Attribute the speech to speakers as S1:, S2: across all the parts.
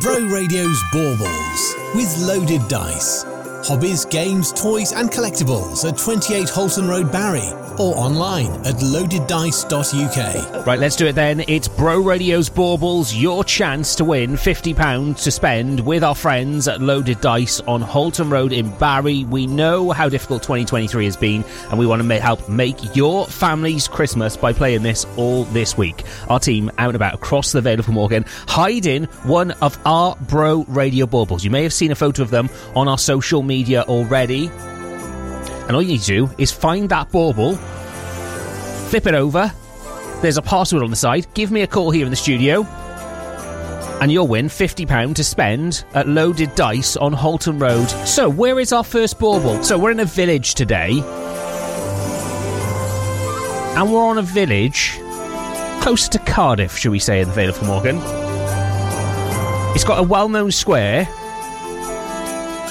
S1: Bro Radio's Baubles with loaded dice. Hobbies, games, toys, and collectibles at 28 Holton Road, Barry, or online at loadeddice.uk.
S2: Right, let's do it then. It's Bro Radio's Baubles, your chance to win £50 to spend with our friends at Loaded Dice on Holton Road in Barry. We know how difficult 2023 has been, and we want to ma- help make your family's Christmas by playing this all this week. Our team out and about across the Vale of Morgan, hiding one of our Bro Radio Baubles. You may have seen a photo of them on our social media already. And all you need to do is find that bauble, flip it over, there's a password on the side. Give me a call here in the studio. And you'll win £50 to spend at Loaded Dice on Holton Road. So, where is our first bauble? So, we're in a village today. And we're on a village close to Cardiff, should we say, in the Vale of Glamorgan. It's got a well known square,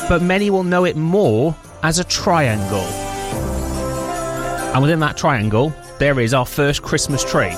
S2: but many will know it more as a triangle. And within that triangle, there is our first Christmas tree.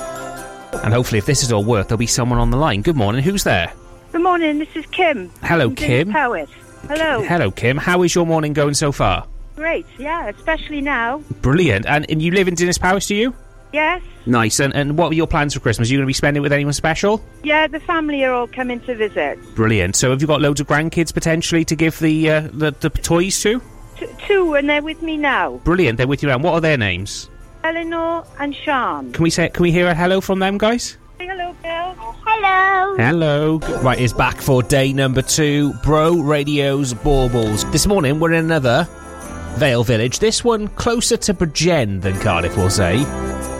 S2: And hopefully, if this is all worth, there'll be someone on the line. Good morning. Who's there?
S3: Good morning, this is Kim.
S2: Hello,
S3: from
S2: Kim.
S3: Dins Powys.
S4: Oh.
S3: Hello.
S2: Hello, Kim. How is your morning going so far?
S3: Great, yeah, especially now.
S2: Brilliant. And, and you live in Dennis Powers, do you?
S3: Yes?
S2: Nice. And, and what are your plans for Christmas? Are you going to be spending it with anyone special?
S3: Yeah, the family are all coming to visit.
S2: Brilliant. So, have you got loads of grandkids potentially to give the uh, the, the toys to?
S3: T- two, and they're with me now
S2: Brilliant. They're with you around. What are their names?
S3: Eleanor and Sean.
S2: Can we say? Can we hear a hello from them, guys?
S3: Say hello, Bill.
S4: Oh,
S3: Hello.
S2: Hello. Right, is back for day number two. Bro Radio's Baubles. This morning we're in another Vale village. This one closer to Bridgend than Cardiff, we'll say.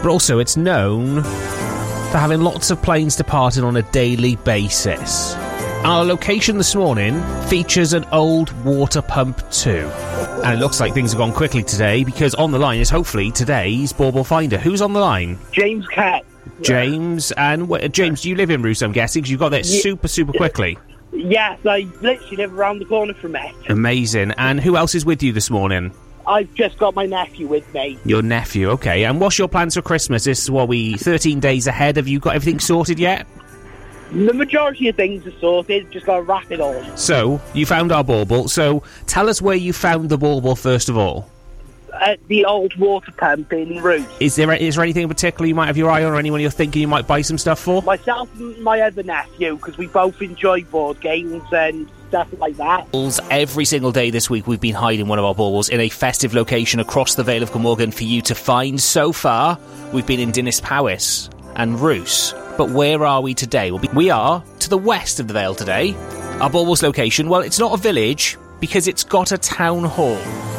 S2: But also, it's known for having lots of planes departing on a daily basis. Our location this morning features an old water pump too. And it looks like things have gone quickly today because on the line is hopefully today's Bauble Finder. Who's on the line?
S5: James Cat.
S2: James and wh- James, do you live in Roos? I'm guessing 'cause you got there
S5: Ye-
S2: super, super quickly.
S5: Yes, I literally live around the corner from it.
S2: Amazing. And who else is with you this morning?
S5: I've just got my nephew with me.
S2: Your nephew. Okay. And what's your plans for Christmas? This is what we 13 days ahead. Have you got everything sorted yet?
S5: The majority of things are sorted, just gotta wrap it all.
S2: So you found our bauble. So tell us where you found the bauble first of all.
S5: At the old water pump in Roos.
S2: Is there is there anything in particular you might have your eye on, or anyone you're thinking you might buy some stuff for?
S5: Myself and my other nephew, because we both enjoy board games and stuff like that.
S2: Baubles. Every single day this week, we've been hiding one of our baubles in a festive location across the Vale of Glamorgan for you to find. So far, we've been in Dinas Powys and Roos. But where are we today? Well, we are to the west of the Vale today. Our baubles location, well, it's not a village because it's got a town hall.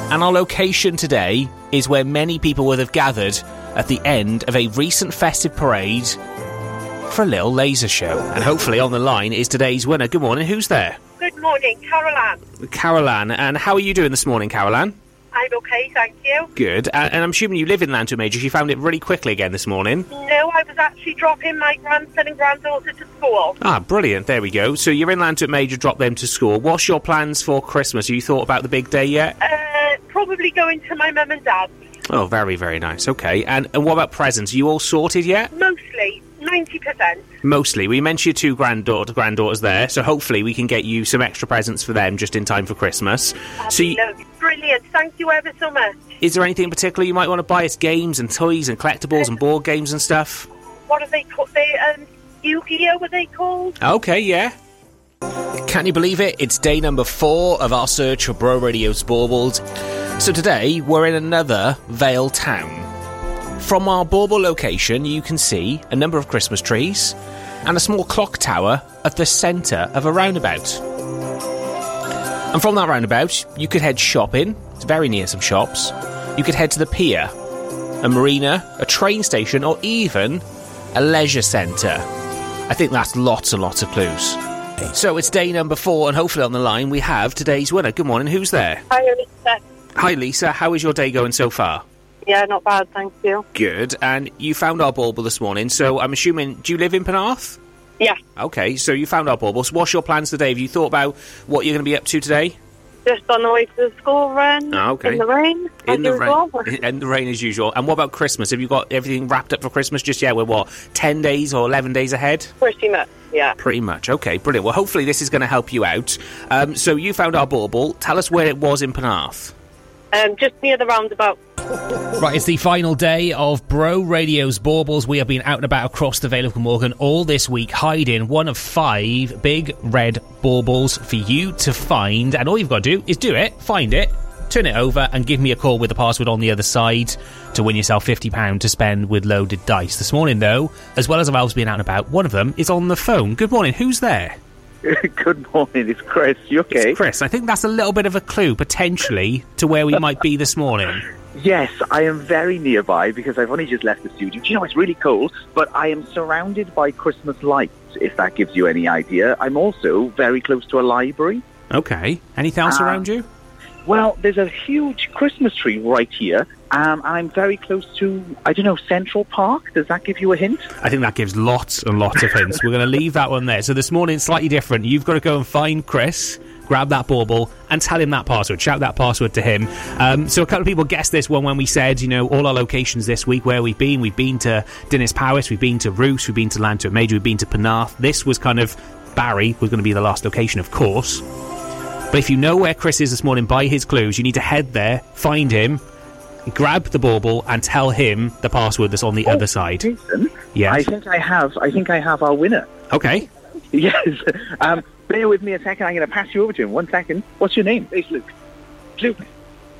S2: And our location today is where many people would have gathered at the end of a recent festive parade for a little laser show. And hopefully on the line is today's winner. Good morning, who's there?
S4: Good morning, Caroline.
S2: Carolan, and how are you doing this morning, Carolan?
S4: I'm okay, thank you.
S2: Good. A- and I'm assuming you live in Lanto Major. She found it really quickly again this morning.
S4: No, I was actually dropping my grandson and granddaughter to school.
S2: Ah, brilliant. There we go. So you're in Lanto Major, drop them to school. What's your plans for Christmas? Have you thought about the big day yet?
S4: Uh, probably going to my mum and dad's.
S2: Oh, very, very nice. Okay. And, and what about presents? Are you all sorted yet?
S4: Mostly, 90%.
S2: Mostly. We mentioned your two granddaughter, granddaughters there, so hopefully we can get you some extra presents for them just in time for Christmas. So, you,
S4: No, brilliant. Thank you ever so much.
S2: is there anything in particular you might want to buy? It's games and toys and collectibles and board games and stuff?
S4: What are they called? They, um, Yu-Gi-Oh, were they called?
S2: Okay, yeah. Can you believe it? It's day number four of our search for Bro Radio's baubles. So today we're in another Vale town. From our bauble location, you can see a number of Christmas trees and a small clock tower at the centre of a roundabout. And from that roundabout, you could head shopping. It's very near some shops. You could head to the pier, a marina, a train station, or even a leisure centre. I think that's lots and lots of clues. So it's day number four, and hopefully on the line we have today's winner. Good morning, who's there?
S4: I only said,
S2: Hi, Lisa. How is your day going so far?
S4: yeah, not bad, thank you.
S2: Good. And you found our bauble this morning, so I'm assuming. Do you live in Penarth?
S4: Yeah,
S2: Okay, so you found our bauble. So what's your plans today? Have you thought about what you're going to be up to today?
S4: just on the way to the school run.
S2: Ah, okay.
S4: In the rain.
S2: In the
S4: as usual.
S2: rain, in the rain as usual. And what about Christmas? Have you got everything wrapped up for Christmas just yet? We're what ten days or eleven days ahead?
S4: Pretty much, yeah.
S2: Pretty much. Okay, brilliant. Well, hopefully this is going to help you out. Um, so you found our bauble. Tell us where it was in Penarth.
S4: Um, just near the roundabout.
S2: Right, it's the final day of Bro Radio's Baubles. We have been out and about across the Vale of Glamorgan all this week, hiding one of five big red baubles for you to find. And all you've got to do is do it, find it, turn it over, and give me a call with the password on the other side to win yourself £50 to spend with loaded dice. This morning, though, as well as I've been out and about, one of them is on the phone. Good morning, who's there?
S6: Good morning, it's Chris. You okay?
S2: It's Chris. I think that's a little bit of a clue, potentially, to where we might be this morning.
S6: Yes, I am very nearby because I've only just left the studio. Do you know it's really cold? But I am surrounded by Christmas lights. If that gives you any idea, I'm also very close to a library.
S2: Okay. Anything else
S6: Ah.
S2: around you?
S6: Well, there's a huge Christmas tree right here, um, and I'm very close to I don't know Central Park. Does that give you a hint?
S2: I think that gives lots and lots of hints. We're going to leave that one there. So this morning, slightly different. You've got to go and find Chris, grab that bauble, and tell him that password. Shout that password to him. Um, so a couple of people guessed this one when we said, you know, all our locations this week, where we've been. We've been to Dennis Powis, we've been to Roos, we've been to Lantern Major, we've been to Penarth. This was kind of Barry was going to be the last location, of course. But if you know where Chris is this morning by his clues, you need to head there, find him, grab the bauble, and tell him the password that's on the other side.
S6: Jason,
S2: Yes.
S6: I think I have. I think I have our winner.
S2: Okay.
S6: Yes. Um, bear with me a second. I'm going to pass you over to him. One second. What's your name? It's Luke. Luke.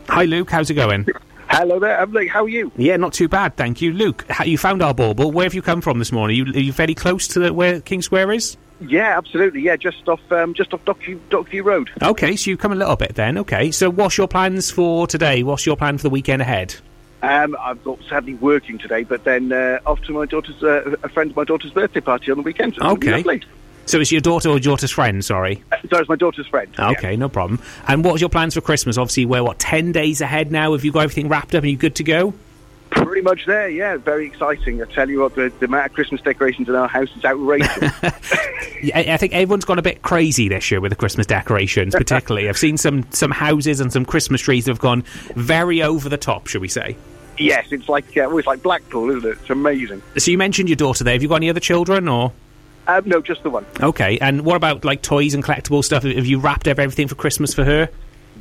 S2: Hi, Luke. How's it going?
S6: Hello there. I'm Luke. How are you?
S2: Yeah, not too bad, thank you. Luke, ha- you found our bauble. Where have you come from this morning? Are you, are you very close to the, where King Square is?
S7: Yeah, absolutely. Yeah, just off um, just off Docu Docu Road.
S2: Okay, so you've come a little bit then. Okay, so what's your plans for today? What's your plan for the weekend ahead?
S7: Um, I've got sadly working today, but then uh, off to my daughter's uh, a friend of my daughter's birthday party on the weekend. It's gonna be
S2: Okay.
S7: lovely.
S2: So it's your daughter or daughter's friend, sorry.
S7: Uh, So it's my daughter's friend.
S2: Okay, no problem. And what's your plans for Christmas? Obviously, we're, what, 10 days ahead now? Have you got everything wrapped up and you good to go?
S7: Yeah, pretty much there. Yeah, very exciting. I tell you what, the, the amount of Christmas decorations in our house is outrageous.
S2: Yeah, I I think everyone's gone a bit crazy this year with the Christmas decorations, particularly. I've seen some, some houses and some Christmas trees that have gone very over the top, shall we say.
S7: yes, it's like uh, well, it's like Blackpool, isn't it? It's amazing.
S2: So you mentioned your daughter there. Have you got any other children or?
S7: Um, no, just the one.
S2: Okay, and what about like toys and collectible stuff? Have you wrapped up everything for Christmas for her?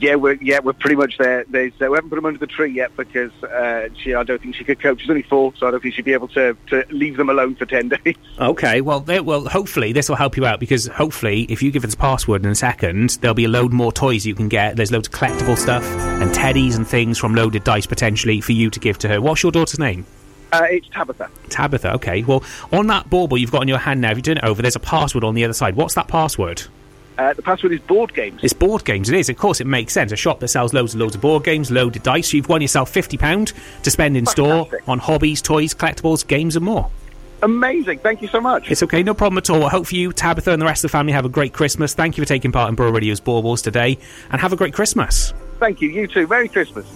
S7: Yeah, we're yeah we're pretty much there. There's, uh, we haven't put them under the tree yet because uh, she I don't think she could cope. She's only four, so I don't think she'd be able to, to leave them alone for ten days.
S2: Okay, well, there, well, hopefully this will help you out because hopefully if you give us a password in a second, there'll be a load more toys you can get. There's loads of collectible stuff and teddies and things from Loaded Dice potentially for you to give to her. What's your daughter's name?
S7: Uh, it's Tabitha.
S2: Tabitha. Okay, well, on that bauble you've got in your hand now, if you turn it over, there's a password on the other side. What's that password?
S7: Uh, the password is board games.
S2: It's board games, it is. Of course, it makes sense. A shop that sells loads and loads of board games, loaded dice. You've won yourself £50 to spend in store
S7: Fantastic.
S2: on hobbies, toys, collectibles, games, and more.
S7: Amazing. Thank you so much.
S2: It's okay, no problem at all. I hope for you, Tabitha, and the rest of the family have a great Christmas. Thank you for taking part in Bro Radio's Baubles today, and have a great Christmas.
S7: Thank you. You too. Merry Christmas.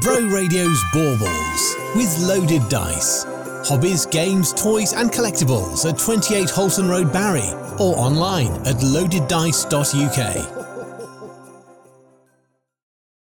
S1: Bro Radio's Baubles with loaded dice. Hobbies, games, toys, and collectibles at 28 Holton Road, Barry, or online at loadeddice.uk.